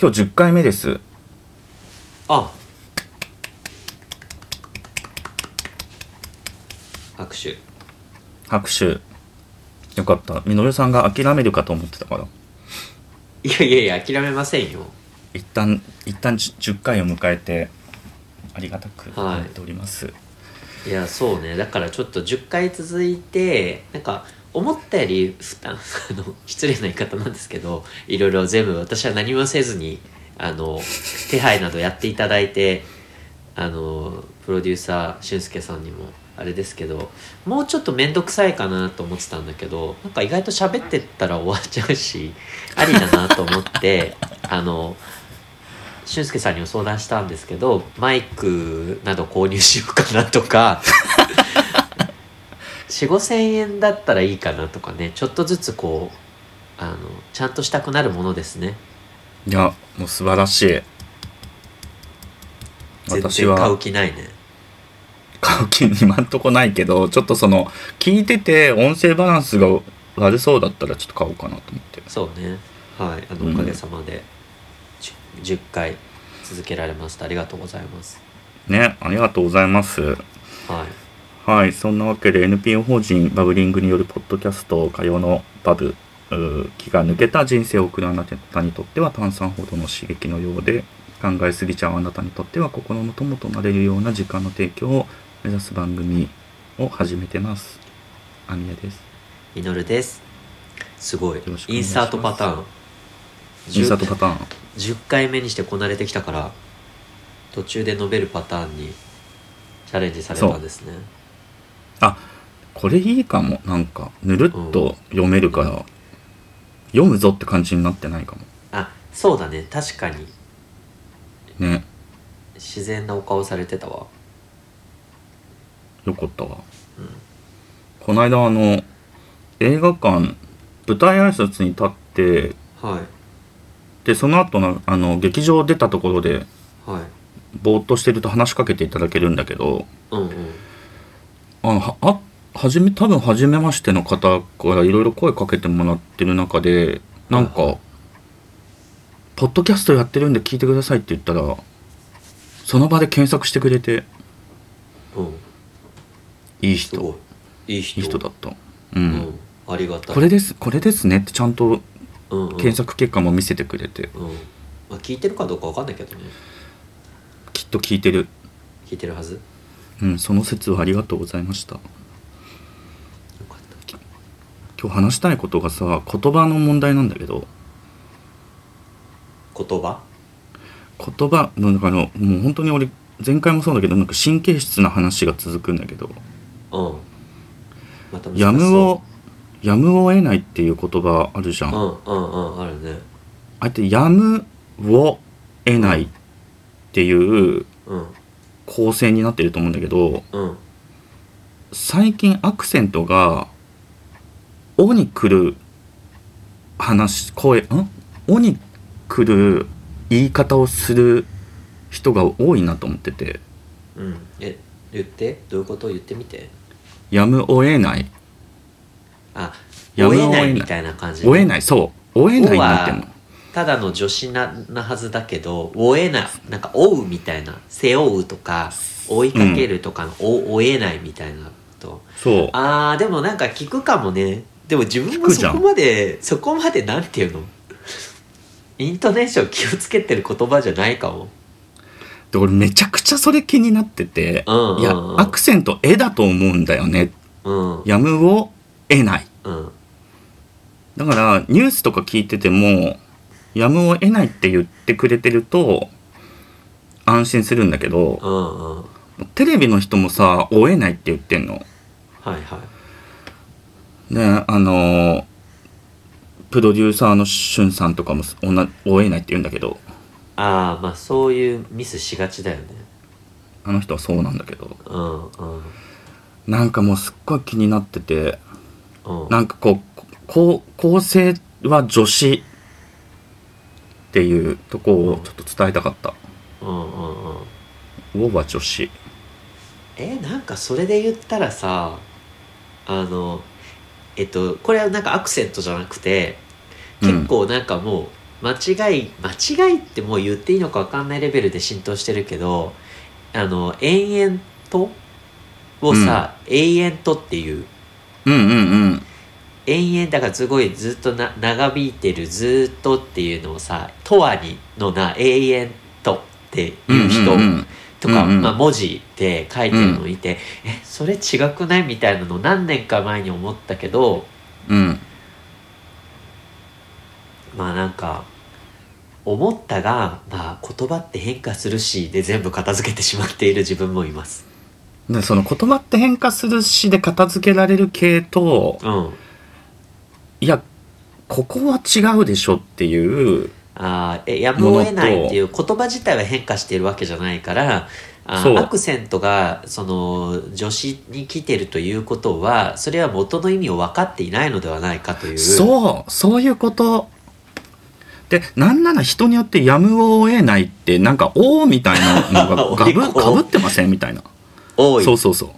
今日10回目です。あ拍手拍手。よかった。みのるさんが諦めるかと思ってたから。いやいやいや諦めませんよ一旦、一旦じゅ10回を迎えて、ありがたく思っております。いやそうねだからちょっと10回続いてなんか思ったより負担 あの失礼な言い方なんですけどいろいろ全部私は何もせずにあの手配などやっていただいてあのプロデューサー俊介さんにもあれですけどもうちょっと面倒くさいかなと思ってたんだけどなんか意外と喋ってったら終わっちゃうしありだなと思ってあの俊介さんにも相談したんですけどマイクなど購入しようかな とか4 5千円だったらいいかなとかねちょっとずつこうあのちゃんとしたくなるものですねいや、もう素晴らしい。全私然買うは気ないね買う気今んとこないけど、ちょっとその、聞いてて音声バランスが悪そうだったらちょっと買おうかなと思って。そうねはいあうのんおかげさまで 10, 回続けられましたありがとうございますね、ありがとうございます。はいはい、そんなわけで NPO 法人バブリングによるポッドキャスト火曜のバブうー気が抜けた人生を送るあなたにとっては炭酸ほどの刺激のようで考えすぎちゃうあなたにとっては心の友となれるような時間の提供を目指す番組を始めてます。アミヤです。みのるですすごいろしくお願イいンしますサートパターンインサートパターン。 10回目にしてこなれてきたから途中で述べるパターンにチャレンジされたんですねあ、これいいかも。なんか、ぬるっと読めるから、読むぞって感じになってないかも。あそうだね確かにね、自然なお顔されてたわよかったわ。うんこの間あの映画館舞台挨拶に立ってはいでその後のあの劇場出たところではいぼーっとしてると話しかけていただけるんだけどうんうんあのはあ初め多分初めましての方からいろいろ声かけてもらってる中でなんか「ポッドキャストやってるんで聞いてください」って言ったらその場で検索してくれてうんいいすご人いいい人いい人だった。ううんんありがたいこれですこれですねってちゃんとうんうん検索結果も見せてくれてうんまあ、聞いてるかどうかわかんないけどねきっと聞いてる聞いてるはずようん、その説はありがとうございました。かった今日話したいことがさ、言葉の問題なんだけど、言葉言葉の中の、もう本当に俺、前回もそうだけど、なんか神経質な話が続くんだけど、うんまた難しそうやむを、やむを得ないっていう言葉あるじゃん。うあんうんうんあるねえて、やむを得ないっていううん構成になってると思うんだけど、うん最近アクセントが「お」に来る話声ん「お」に来る言い方をする人が多いなと思っててうんえ言ってどういうこと言ってみて「やむを得ないあやむ追を得えないないみたいな「感」じ追えいない」そう「追えない」になってんのただの助詞ななはずだけど追えないなんか追うみたいな背負うとか追いかけるとかの、お追えないみたいなとそうあーでもなんか聞くかもねでも自分も聞くじそゃんこまでそこまでなんていうのイントネーション気をつけてる言葉じゃないかもで俺めちゃくちゃそれ気になっててうんうんうんいやアクセント「え」だと思うんだよねう「んやむを得ない」うんだからニュースとか聞いててもやむを得ないって言ってくれてると安心するんだけどうんうんテレビの人もさ「追えない」って言ってんの。はいはいねあのープロデューサーのしゅんさんとかも「おな追えない」って言うんだけどああまあそういうミスしがちだよねあの人はそうなんだけどうんうんなんかもうすっごい気になっててうんなんかこうこう構成は女子っていうとこをちょっと伝えたかったうんうんうん「お」は女子えなんかそれで言ったらさあのえっとこれはなんかアクセントじゃなくてうん結構なんかもう、間違い間違いってもう言っていいのか分かんないレベルで浸透してるけどあの延々とをさ、永遠とっていううんうんうん延々だからすごいずっとな長引いてるずっとっていうのをさ「とわに」のな「永遠と」っていう人うんうんうんとか、うんうんまあ、文字で書いてるのをいて、えそれ違くないみたいなのを何年か前に思ったけどうんまあなんか思ったが、まあ、言葉って変化するしで全部片付けてしまっている自分もいます。でその言葉って変化するしで片付けられる系とうん、いやここは違うでしょっていうあーえやむを得ないっていう言葉自体は変化しているわけじゃないからあそうーアクセントがその助詞に来てるということはそれは元の意味を分かっていないのではないかというそうそういうことでなんなら人によってやむを得ないってなんか「おー」みたいなのが おいがぶこうかぶってませんみたいな多いそうそうそう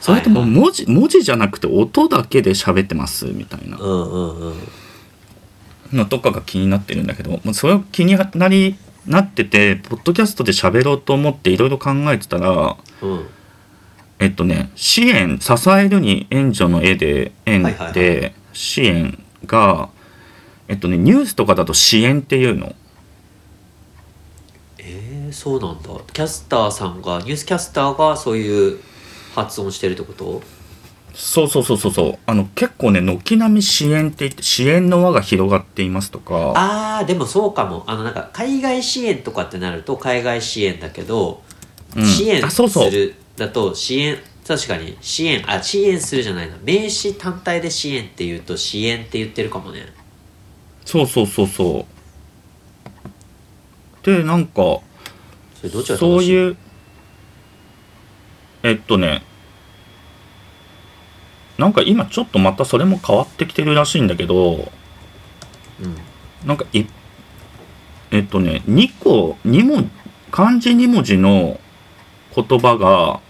それともう文字文字じゃなくて音だけで喋ってますみたいなうんうんうんのとかが気になってるんだけどもうそれを気になりなっててポッドキャストで喋ろうと思っていろいろ考えてたらうんえっとね支援支えるに援助の絵で円はいはいはで支援がえっとねニュースとかだと支援っていうのえー、そうなんだキャスターさんがニュースキャスターがそういう発音してるってことそうそうそうそうそうあの結構ね軒並み支援って言って支援の輪が広がっていますとかあーでもそうかもあのなんか海外支援とかってなると海外支援だけど、うん支援あすそうそうるだと支援確かに支援あ支援するじゃないな名詞単体で支援って言うと支援って言ってるかもねそうそうそうそうでなんかそれどっちがそうういうえっとねなんか今ちょっとまたそれも変わってきてるらしいんだけどうんなんかいえっとね2個2文漢字2文字の言葉が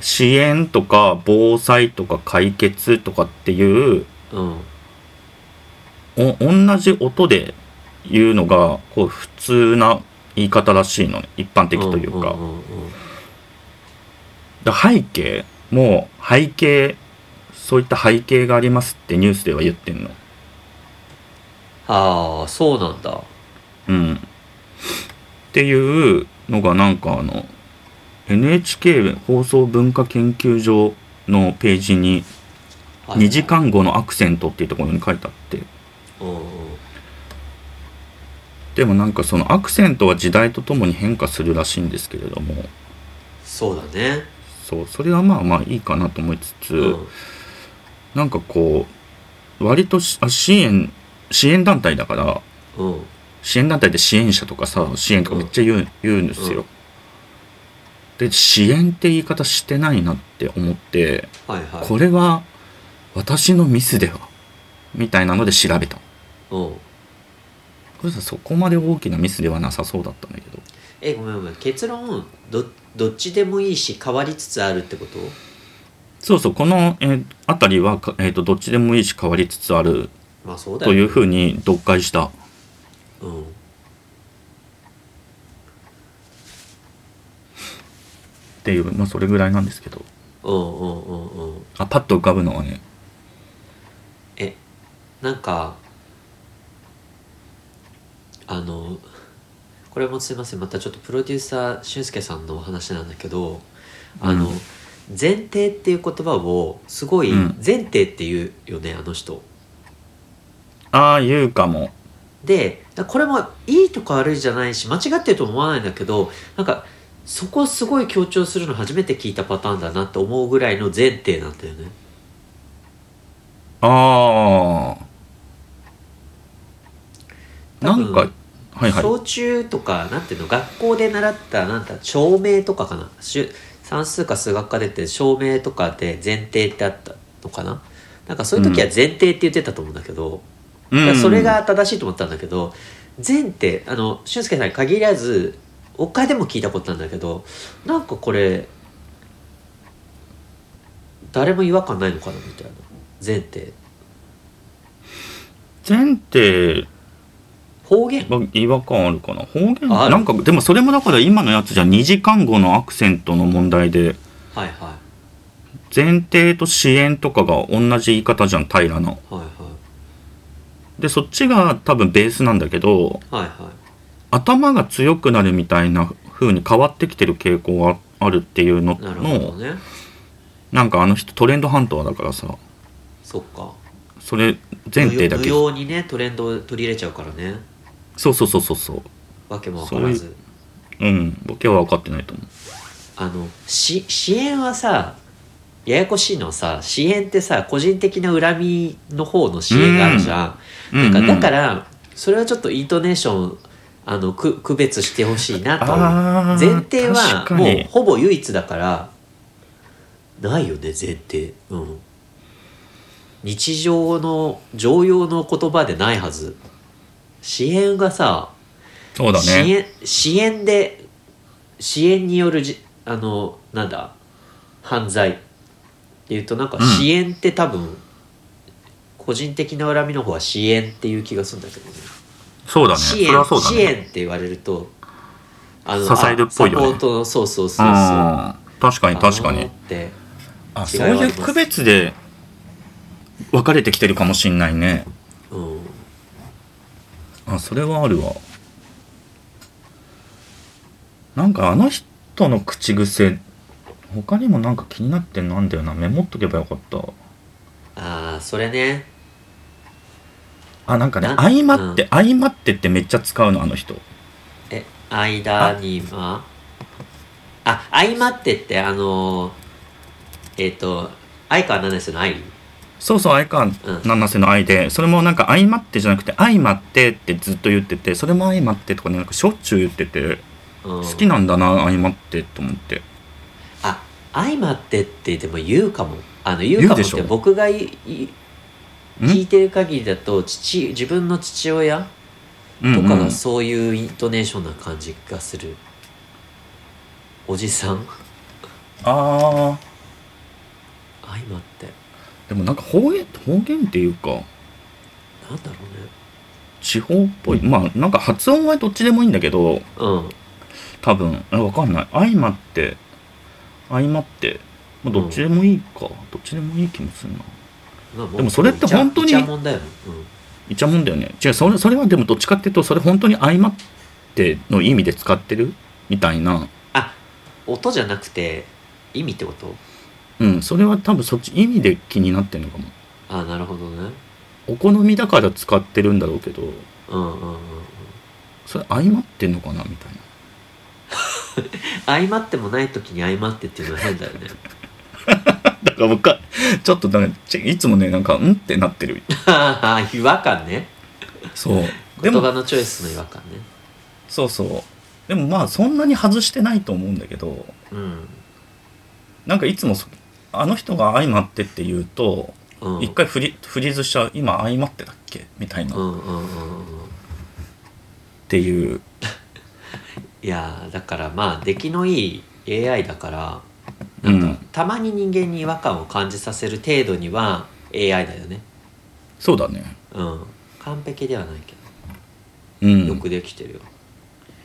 支援とか防災とか解決とかっていううんお同じ音で言うのがこう普通な言い方らしいのね一般的というか。んんうんうんだ背景もう背景そういった背景がありますってニュースでは言ってんのああそうなんだうんっていうのがなんかあの NHK 放送文化研究所のページにはい2時間後のアクセントっていうところに書いてあってうんうんでもなんかそのアクセントは時代とともに変化するらしいんですけれどもそうだねそうそれはまあまあいいかなと思いつつ、うんなんかこう割としあ支援支援団体だからうん支援団体で支援者とかさ支援とかめっちゃ言う,、ん、言うんですよ、で支援って言い方してないなって思ってはいはいこれは私のミスではみたいなので調べたうんこれさそこまで大きなミスではなさそうだったんだけどえごめんごめん結論どどっちでもいいし変わりつつあるってことそうそうこの、えー辺りはか、えー、とどっちでもいいし変わりつつあるまあそうだとよいねうふうに読解したうんっていうまあそれぐらいなんですけどうんうんうんうんあパッと浮かぶのはねえなんかあのこれもすいませんまたちょっとプロデューサー俊介さんのお話なんだけどあの、うん前提っていう言葉をすごいうん前提っていうよね、あの人ああ言うかもでだこれもいいとか悪いじゃないし間違ってるとも思わないんだけどなんかそこすごい強調するの初めて聞いたパターンだなって思うぐらいの前提なんだよねああな多分んかはいはい小中とかなんていうの学校で習ったなんだ証明とかかなしゅ算数か数学科でって証明とかで前提ってあったのかななんかそういう時は前提って言ってたと思うんだけど、うだからんそれが正しいと思ったんだけど前提あの俊介さんに限らず他でも聞いたことなんだけどなんかこれ誰も違和感ないのかなみたいな前提前提方言まあ違和感あるかな方言あるなんかでもそれもだから今のやつじゃ2時間後のアクセントの問題ではいは前提と支援とかが同じ言い方じゃん平らのいはいはいでそっちが多分ベースなんだけどはいはい頭が強くなるみたいな風に変わってきてる傾向があるっていうのなるほどのねなんかあの人トレンドハンターだからさそっかそれ前提だ無け用無用にねトレンドを取り入れちゃうからねそうそうそうそうそうわけもわからそうずうん僕は分かってないと思うあのし支援はさややこしいのはさ支援ってさ個人的な恨みの方の支援があるじゃん、うんなんかうんだからそれはちょっとイントネーションあのく区別してほしいなとあー前提は確かもにうほぼ唯一だからないよね前提うん日常の常用の言葉でないはず支援がさそうだね支援支援で支援によるじあのなんだ犯罪っていうとなんかうん支援って多分、個人的な恨みの方は支援っていう気がするんだけどねそうだねそ支れ援はそうだ支ね援って言われるとあ支えるっぽいよねあサポートのそうそうそうそうあー確かに確かあのにってあ違いそはうありいまうす区別で分かれてきてるかもしんないねうんあそれはあるわなんかあの人の口癖他にもなんか気になってんのあんだよなメモっとけばよかったああそれねあなんかねな相まって、相まってってめっちゃ使うのあの人え間にまあ合間ってってあのーえっ、と相川七瀬の愛そうそう相川七瀬の愛で、それもなんか相まってじゃなくて相まってってずっと言っててそれも相まってとかねなんかしょっちゅう言ってて好好きなんだな相まってと思ってあ相まってってでも言うかもあの言うかも言うでっしてょ僕がいいん聞いてる限りだと父自分の父親うんうとんかがそういうイントネーションな感じがする、おじさんああ相まってでもなんか方言方言っていうかなんだろ地方っぽいまあなんか発音はどっちでもいいんだけどうね多分えわかんない相まって相まって、まあ、どっちでもいいか、どっちでもいい気もするなうん、まあ、うでもそれって本当にイチャイチャもんだよ、うんいちゃもんだよね違うそれそれはでもどっちかっていうとそれ本当に相まっての意味で使ってるみたいなあ音じゃなくて意味ってことうんそれは多分そっち意味で気になってるのかもあなるほどねお好みだから使ってるんだろうけどうんうんうんうんそれ相まってんのかなみたいな 相まってもない時に相まってっていうのは変だよね だから僕はちょっとなんかちいつもねなんかうんってなってる違和感ねそうで言も葉のチョイスの違和感ねそうそうでもまあそんなに外してないと思うんだけどうん、なんかいつもそあの人が「相まって」って言うとうん、一、回フリフリーズしちゃう「今相まってだっけ?」みたいな、うっんうんうんうんていういやーだからまあ出来のいい AI だからうなんんか、たまに人間に違和感を感じさせる程度には AI だよねそうだねうん完璧ではないけうんどよくできてるよ、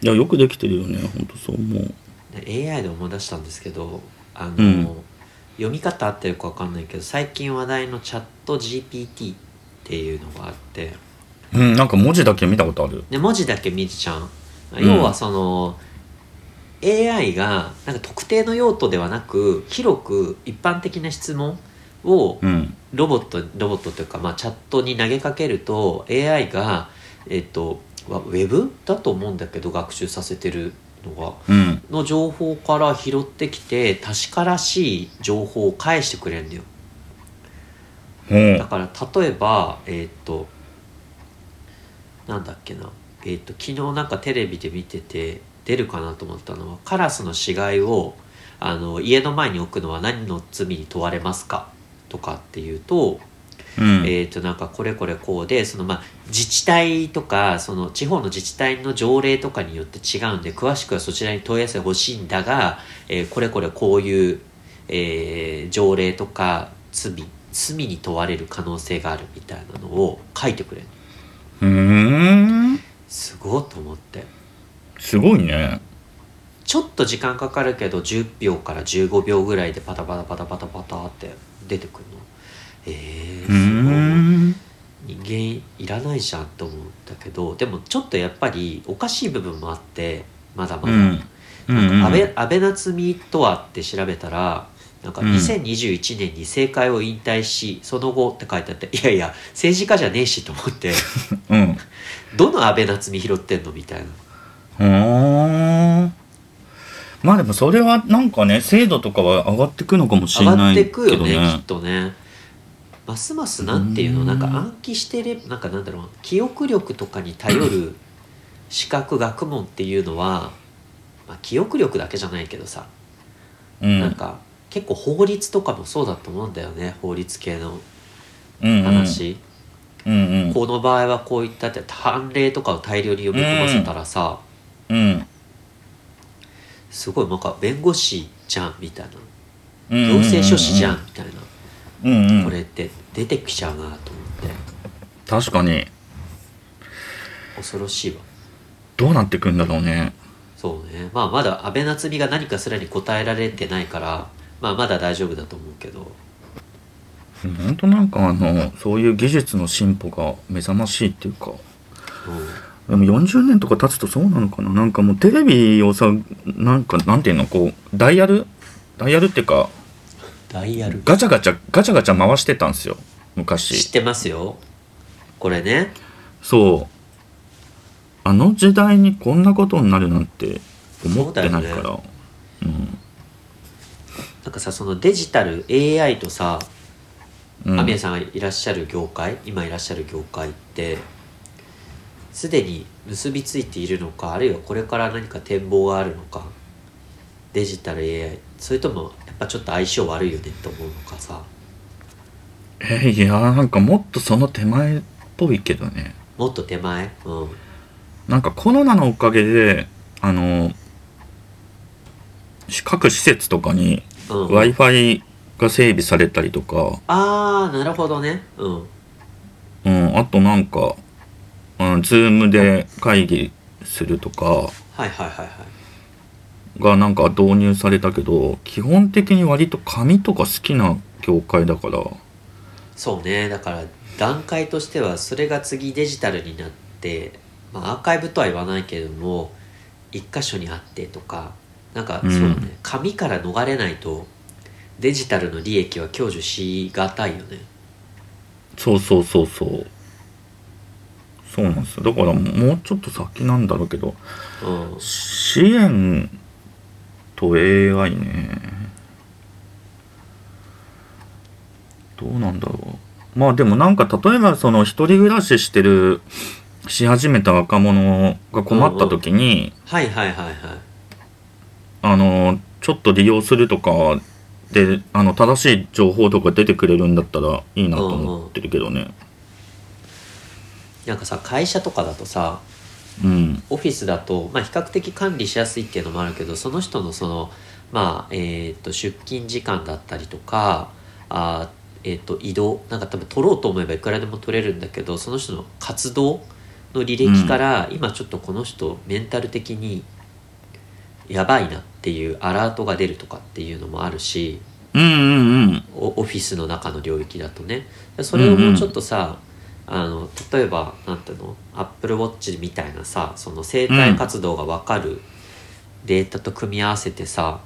いやよくできてるよねほんとそう思うで AI で思い出したんですけどあの、うん読み方合ってるか分かんないけど最近話題のチャット GPT っていうのがあってうんなんか文字だけ見たことあるで文字だけ見ちゃううん要はその、AI がなんか特定の用途ではなく広く一般的な質問をうんロボットロボットというか、まあ、チャットに投げかけると AI が、えっと、わウェブだと思うんだけど学習させてるのがうんの情報から拾ってきて確からしい情報を返してくれるんだよほうだから例えばえーっとなんだっけなえーっと昨日なんかテレビで見てて出るかなと思ったのはカラスの死骸をあの家の前に置くのは何の罪に問われますかとかっていうとうんえー、となんかこれこれこうでそのまあ自治体とかその地方の自治体の条例とかによって違うんで詳しくはそちらに問い合わせてほしいんだが、えーこれこれこういう、えー条例とか罪罪に問われる可能性があるみたいなのを書いてくれるうーんすごっと思ってすごいねちょっと時間かかるけど10秒から15秒ぐらいでパタパタパタパタパタって出てくるのえー、うーすごいん人間いらないじゃんと思ったけどでもちょっとやっぱりおかしい部分もあってまだまうだ、んうんうん安倍安倍夏実とはって調べたらなんかうん2021年に政界を引退し、その後って書いてあっていやいや政治家じゃねえしと思って うんどの安倍夏実拾ってんのみたいなふーんまあでもそれはなんかね精度とかは上がってくのかもしれ上がなっいてけどくよねきっねとねますますなんていうのうんなんか暗記してれなんかなんだろう記憶力とかに頼 る資格学問っていうのは、まあ、記憶力だけじゃないけどさうなんんか結構法律とかもそうだと思うんだよね法律系のうんうん話、うんうんこの場合はこういったって判例とかを大量に読み込ませたらさ、うんすごいなんか弁護士じゃんみたいなうんうん行政書士じゃんみたいな、うんうんこれって出てきちゃうなと思って確かに恐ろしいわどうなってくんだろうねそうねまあまだ安倍夏実が何かすらに答えられてないからまあまだ大丈夫だと思うけど本当なんかあのそういう技術の進歩が目覚ましいっていうかうでも40年とか経つとそうなのかななんかもうテレビをさなんかなんていうのこうダイヤルダイヤルっていうかんダイヤルガチャガチャガチャガチャ回してたんですよ知っ昔てますよこれねそうあの時代にこんなことになるなんて思ってないかそうだらう,、なんかさそのデジタル AI とさん、うアんミヤさんがいらっしゃる業界今いらっしゃる業界ってすでに結びついているのかあるいはこれから何か展望があるのかデジタル AI それともやっぱちょっと相性悪いよねって思うのかさえいやーなんかもっとその手前っぽいけどねもっと手前うんなんかコロナのおかげであのし各施設とかにうん w i f i が整備されたりとか、ああなるほどねうんうん、あとなんか、うん、Zoom で会議するとかはいはいはいはいがなんか導入されたけど基本的に割と紙とか好きな業界だからそうねだから段階としてはそれが次デジタルになって、まあ、アーカイブとは言わないけれども一箇所にあってとかなんかそうだね、うん紙から逃れないとデジタルの利益は享受しがたいよねそうそうそうそうそうなんですよだからもうちょっと先なんだろうけどうん支援と AI ねどうなんだろうまあでもなんか例えばその一人暮らししてるし始めた若者が困った時に、はいはいはいはいあのちょっと利用するとかであの正しい情報とか出てくれるんだったらいいなと思ってるけどねなんかさ会社とかだとさうんオフィスだと、まあ、比較的管理しやすいっていうのもあるけどその人のその、まあえー、と出勤時間だったりとかあー、えー、と移動なんか多分取ろうと思えばいくらでも取れるんだけどその人の活動の履歴から、今ちょっとこの人メンタル的にやばいなっていうアラートが出るとかっていうのもあるしうんうんうんおオフィスの中の領域だとねそれをもうちょっとさ、あの例えばなんていうのアップルウォッチみたいなさその生態活動が分かるデータと組み合わせてさ、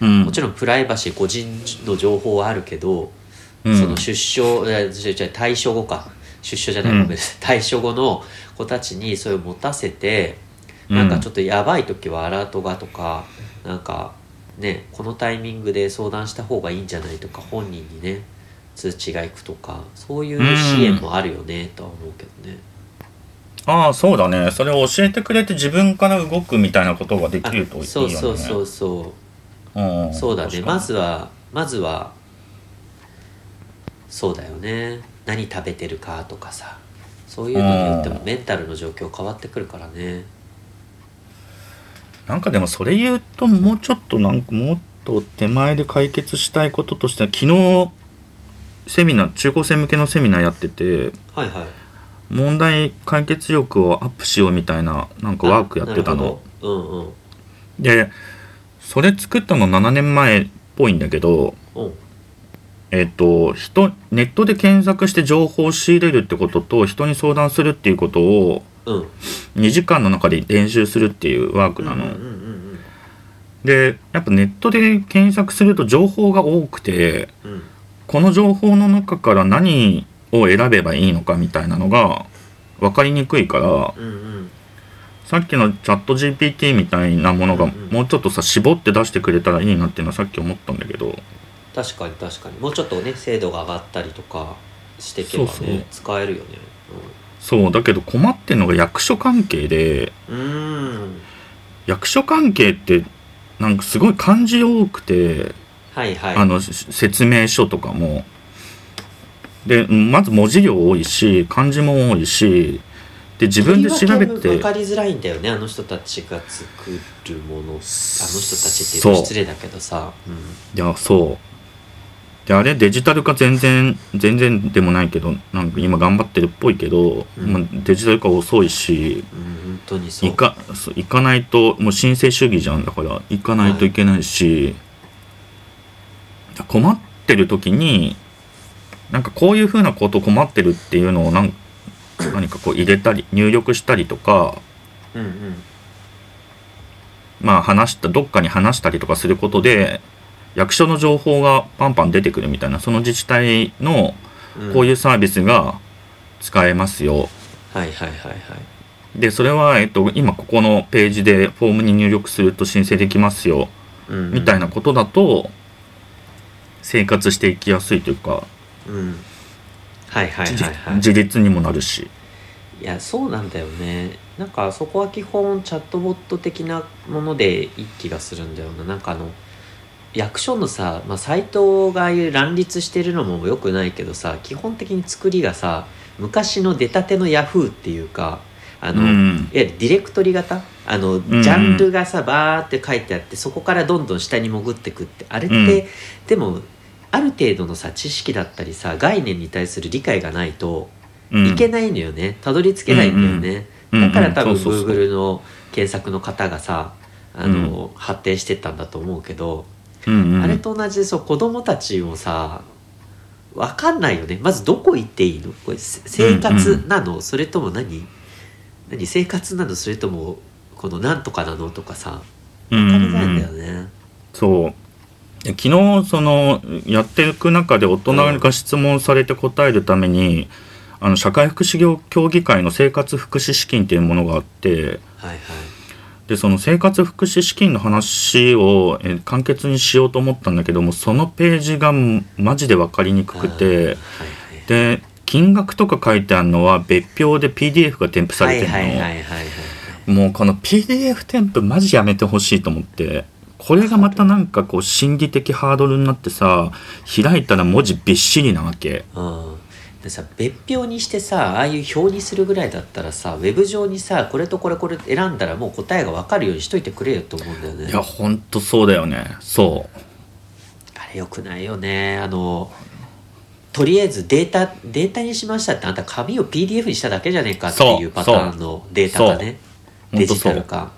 うんもちろんプライバシー個人の情報はあるけど、うんその出生え違う違う退所後か出所じゃない、うんごめんなさい 退所後の子たちにそれを持たせて、うんなんかちょっとやばい時はアラートがとかなんかねこのタイミングで相談した方がいいんじゃないとか本人にね通知が行くとかそういう支援もあるよね、とは思うけどねああそうだねそれを教えてくれて自分から動くみたいなことができるといいよねそうそうそうそううんそうだね確かにまずはまずはそうだよね何食べてるかとかさそういうのによってもうんメンタルの状況変わってくるからねなんかでもそれ言うともうちょっとなんかもっと手前で解決したいこととしては昨日セミナー中高生向けのセミナーやっててはいはい問題解決力をアップしようみたいななんかワークやってたの。あなるほどうんうんでそれ作ったの7年前っぽいんだけどおうえっ、と人ネットで検索して情報を仕入れるってことと人に相談するっていうことをうん2時間の中で練習するっていうワークなの。うんうんうんでやっぱネットで検索すると情報が多くてうんうんこの情報の中から何を選べばいいのかみたいなのが分かりにくいからうんうんさっきのチャット GPT みたいなものがうんうんもうちょっとさ絞って出してくれたらいいなっていうのはさっき思ったんだけど確かに確かにもうちょっとね精度が上がったりとかしていけばねそうそう使えるよねそうだけど困ってんのが役所関係でうんうーん役所関係ってなんかすごい漢字多くてはいはいあのし説明書とかもでまず文字量多いし漢字も多いしで自分で調べとりわけ分てかりづらいんだよねあの人たちが作るものあの人たちってそいううと失礼だけどさう、ん、いやそうであれデジタル化全然全然でもないけどなんか今頑張ってるっぽいけど、うんまあデジタル化遅いしうん、本当にそう行かそう行かないともう神聖主義じゃんだから行かないといけないし、困ってる時になんかこういうふうなこと困ってるっていうのをなん何かこう入れたり入力したりとかうんうんまあ話したどっかに話したりとかすることで役所の情報がパンパン出てくるみたいなその自治体のうんこういうサービスが使えますよ、はいはいはいはいでそれは、えっと、今ここのページでフォームに入力すると申請できますようんみたいなことだと生活していきやすいというか、うんはいはい自はいはい自立にもなるしいやそうなんだよねなんかそこは基本チャットボット的なものでいい気がするんだよななんかあの役所のさ、まあ、サイトがああいう乱立してるのも良くないけどさ基本的に作りがさ昔の出たてのヤフーっていうかあの、ういわん、ゆるディレクトリ型あの、んジャンルがさバーって書いてあってそこからどんどん下に潜ってくってあれって、うでもある程度のさ知識だったりさ概念に対する理解がないとうんいけないのよねたどり着けないんだよね、うんうんだから多分うんうんそうそうそう Google の検索の方がさあの、発展してったんだと思うけど、うんうんあれと同じでそう子供たちもさ分かんないよねまずどこ行っていいのこれせ生活なの、それとも何何生活なのそれともこのなんとかなのとかさうん分うかんりづらいんうだよんね、そうで昨日そのやっていく中で大人が質問されて答えるために、あの社会福祉業協議会の生活福祉資金っていうものがあってはいはいでその生活福祉資金の話を、えー簡潔にしようと思ったんだけどもそのページがマジで分かりにくくて。あで金額とか書いてあるのは別表で PDF が添付ーさはれいてるの、はいはいはいはいはいもうこの PDF 添付マジやめてほしいと思ってこれがまたなんかこう心理的ハードルになってさ開いたら文字びっしりなわけうん、でさ別表にしてさああいう表にするぐらいだったらさウェブ上にさこれとこれこれ選んだらもう答えが分かるようにしといてくれよと思うんだよねいやほんとそうだよねそあれよくないよねあのとりあえずデータデータにしましたってあんた紙を PDF にしただけじゃねえかっていうパターンのデータがねそうデジタル化う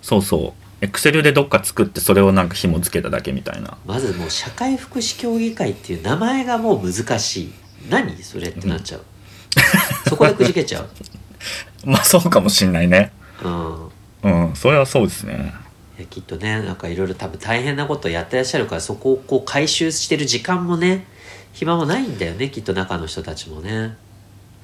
そうそうエクセルでどっか作ってそれをなんか紐付けただけみたいなまずもう社会福祉協議会っていう名前がもう難しい何それってなっちゃう、そこでくじけちゃうまあそうかもしんないねうんうんそれはそうですねいやきっとねなんかいろいろ多分大変なことをやってらっしゃるからそこをこう回収してる時間もね暇もないんだよねきっと中の人たちもね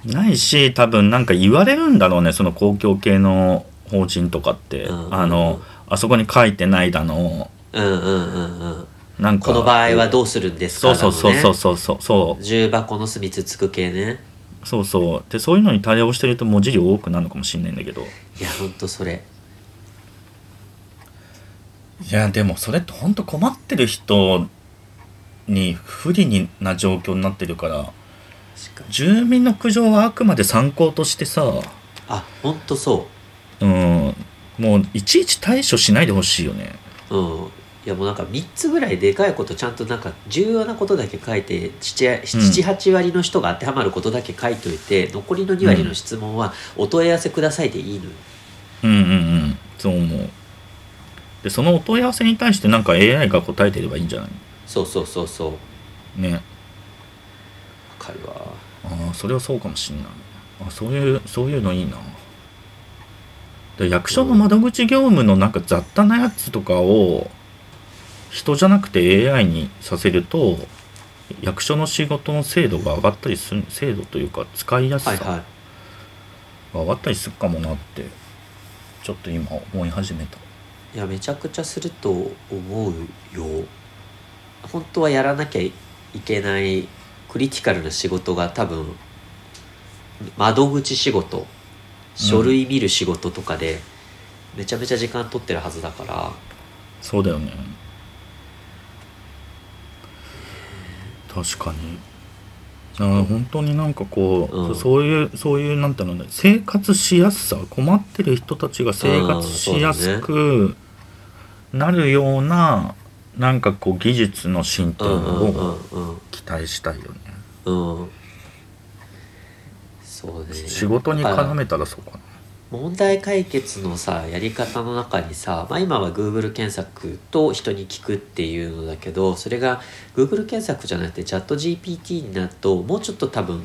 ないし多分なんか言われるんだろうねその公共系の法人とかって、うんあのあそこに書いてないだのうんうんうんうんなんかこの場合はどうするんですかそうそうそうそううそうそうそう重箱の隅つつく系ねそうそうでそういうのに対応してると文字量多くなるのかもしれないんだけどいやほんとそれいやでもそれってほんと困ってる人に不利にな状況になってるから確かに住民の苦情はあくまで参考としてさあほんとそうんもういちいち対処しないでほしいよねううんいいやもうなんか3つぐらいでかいことちゃんとなんか重要なことだけ書いて78割の人が当てはまることだけ書いといて、残りの2割の質問はお問い合わせくださいでいいのよ。うんうんうんそう思うでそのお問い合わせに対してなんか AI が答えてればいいんじゃないそうそうそうそう。わねかるわ。ああそれはそうかもしんないあそういうそういうのいいなで役所の窓口業務のなんか雑多なやつとかを人じゃなくて AI にさせると役所の仕事の精度が上がったりする精度というか使いやすはいさはが上がったりするかもなってちょっと今思い始めたい。いやめちゃくちゃすると思うよ。本当はやらなきゃいけないクリティカルな仕事が多分窓口仕事書類見る仕事とかでめちゃめちゃ時間取ってるはずだから。そうだよね確かにあ本当になんかこう、うんそういうそういうなんていうのね生活しやすさ困ってる人たちが生活しやすくなるようななんかこう技術の進う展んうんうをんうん期待したいよね、うんそうね仕事にだから絡めたらそうかな問題解決のさやり方の中にさ、まあ、今は Google 検索と人に聞くっていうのだけどそれが Google 検索じゃなくて ChatGPT になるともうちょっと多分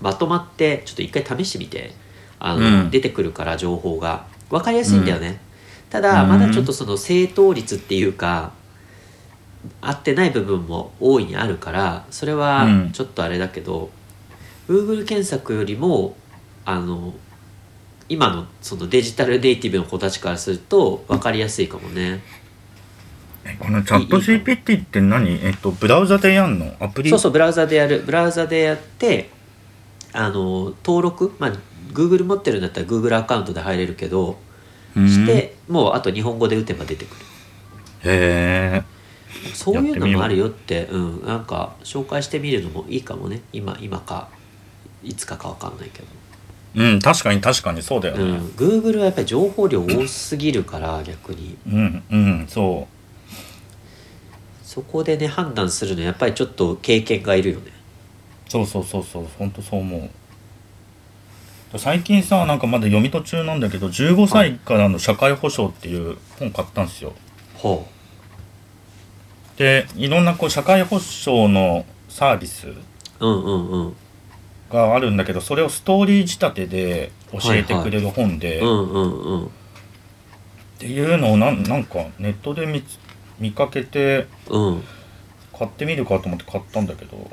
まとまってちょっと一回試してみてあの、うん出てくるから情報が分かりやすいんだよね、ただうんまだちょっとその正答率っていうか合ってない部分も大いにあるからそれはうんちょっとあれだけど、Google 検索よりもあの今のそのデジタルネイティブの子たちからすると分かりやすいかもねえこのチャットいいいい GPT って何えっとブラウザでやんのアプリそうそうブラウザでやるブラウザでやってあの登録まあ Google 持ってるんだったら Google アカウントで入れるけどうんして、もうあと日本語で打てば出てくるへえそういうのもあるよってうんなんか紹介してみるのもいいかもね今今かいつかか分かんないけどうん確かに確かにそうだよね、うん、Google はやっぱり情報量多すぎるから逆にうんうんそそこでね判断するのやっぱりちょっと経験がいるよねうそうそうそうそうほんとそう思う最近さなんかまだ読み途中なんだけど15歳からの社会保障っていう本買ったんですよほでいろんなこう社会保障のサービスううんうんうんがあるんだけどそれをストーリー仕立てで教えてくれる本で、うんうんうんっていうのをなんなんかネットで見つ見かけてうん買ってみるかと思って買ったんだけど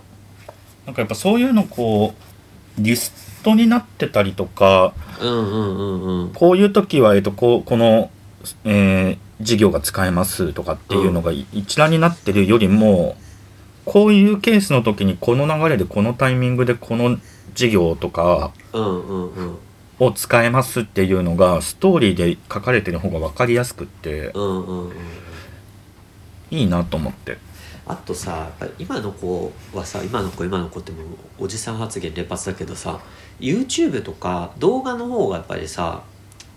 なんかやっぱそういうのこうリストになってたりとかうんうんうんうんこういう時は、えっと、こうこの、えー事業が使えますとかっていうのがい一覧になってるよりも、こういうケースの時にこの流れでこのタイミングでこの事業とかうんうんうんを使えますっていうのがストーリーで書かれてる方が分かりやすくってうんうんうんいいなと思って。あとさやっぱり今の子はさ今の子今の子ってもうおじさん発言連発だけどさ YouTube とか動画の方がやっぱりさ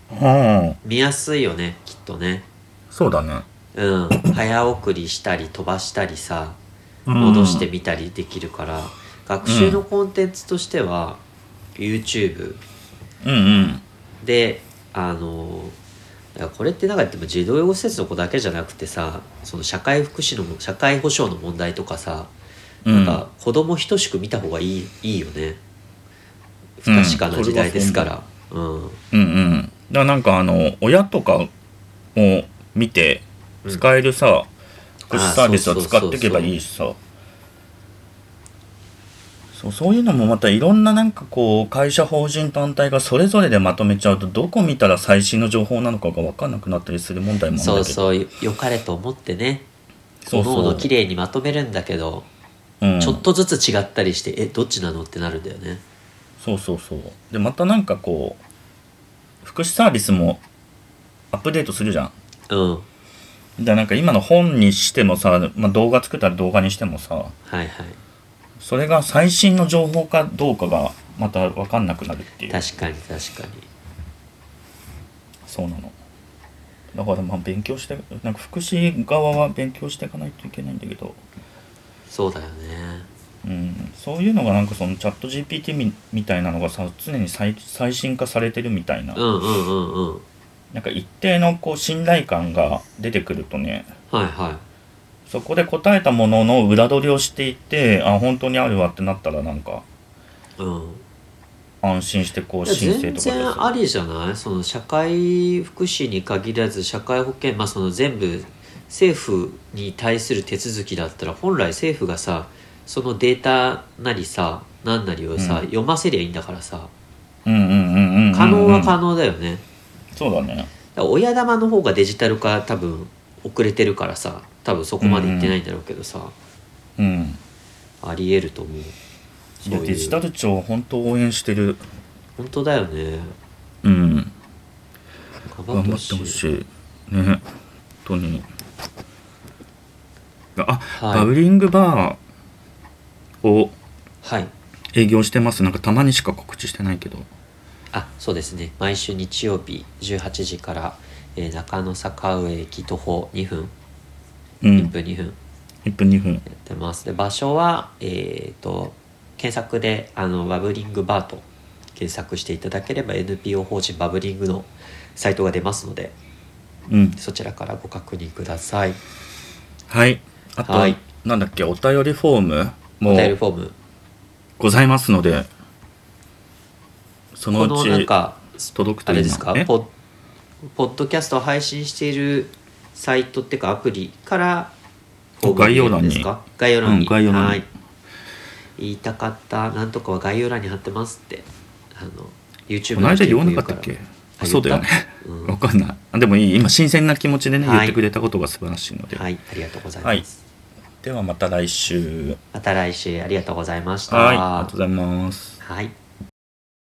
うん、見やすいよねきっとねそうだね。うん早送りしたり飛ばしたりさ戻してみたりできるから、学習のコンテンツとしては YouTube うんうんであのだからこれってなんかでも児童養護施設の子だけじゃなくてさその社会福祉の社会保障の問題とかさうんなんか子供等しく見た方がいいいいよね不確かな時代ですから、うんうんうん。だからなんかあの親とかも見てうん使えるさ、福祉サービスをあそうそう使っていけばいいしさ。そうそういうのもまたいろんななんかこう会社法人単体がそれぞれでまとめちゃうとどこ見たら最新の情報なのかが分かんなくなったりする問題もあるんそだうけどそうよ良かれと思ってねそうおそうのおの綺麗にまとめるんだけうど、んちょっとずつ違ったりしてえどっちなのってなるんだよねそうそうそうでまたなんかこう福祉サービスもアップデートするじゃんうんはだからなんか今の本にしてもさ、まあ、動画作ったら動画にしてもさいはそれが最新の情報かどうかがまた分かんなくなるっていいう確かに確かにそうなのだからまあ勉強してなんか福祉側は勉強していかないといけないんだけど、そうだよねうん、そういうのがなんかそのチャット GPT みみたいなのがさ常に最最新化されてるみたいな,、うんうんうんうんなんか一定のこう信頼感が出てくるとねはいはそこで答えたものの裏取りをしていってあ本当にあるわってなったらなんかいうん安心してこういや申請全とか然ありじゃないその社会福祉に限らず社会保険まあその全部政府に対する手続きだったら本来政府がさそのデータなりさ何なりをさ、うん読ませりゃいいんだからさうんうんうんうんうんうん可能は可能だよね、だかそうだねら親玉の方がデジタル化多分遅れてるからさ多分そこまでいってないんだろうけどさ、うんありえると思ういそうやいうデジタル庁本当応援してる本当だよねうん頑張頑張ってほってほしいしいね本当にあ、はいバウリングバーをはい営業してますなんかたまにしか告知してないけどあそうですね毎週日曜日18時から、えー中野坂上駅徒歩2分う1ん分2分や1分2分ってますで場所はえっ、と検索であのバブリングバーと検索していただければ NPO 法人バブリングのサイトが出ますのでうんそちらからご確認くださいはいあと、はいなんだっけお便りフォームおも便りフォームございますのでそのこうのちなんか届くあといれいでなすかえポッポッドキャストを配信しているサイトっていうかアプリからお概要欄にですか概要欄に,、うん概要欄にはい言いたかったなんとかは概要欄に貼ってますってあの YouTube この間人言よわくなか言うったっけらそうだよねあ言ったわかんないあでもいい今新鮮な気持ちでねはい言ってくれたことが素晴らしいので、うんはいありがとうございます、はいではまた来週また来週ありがとうございましたはいありがとうございますはい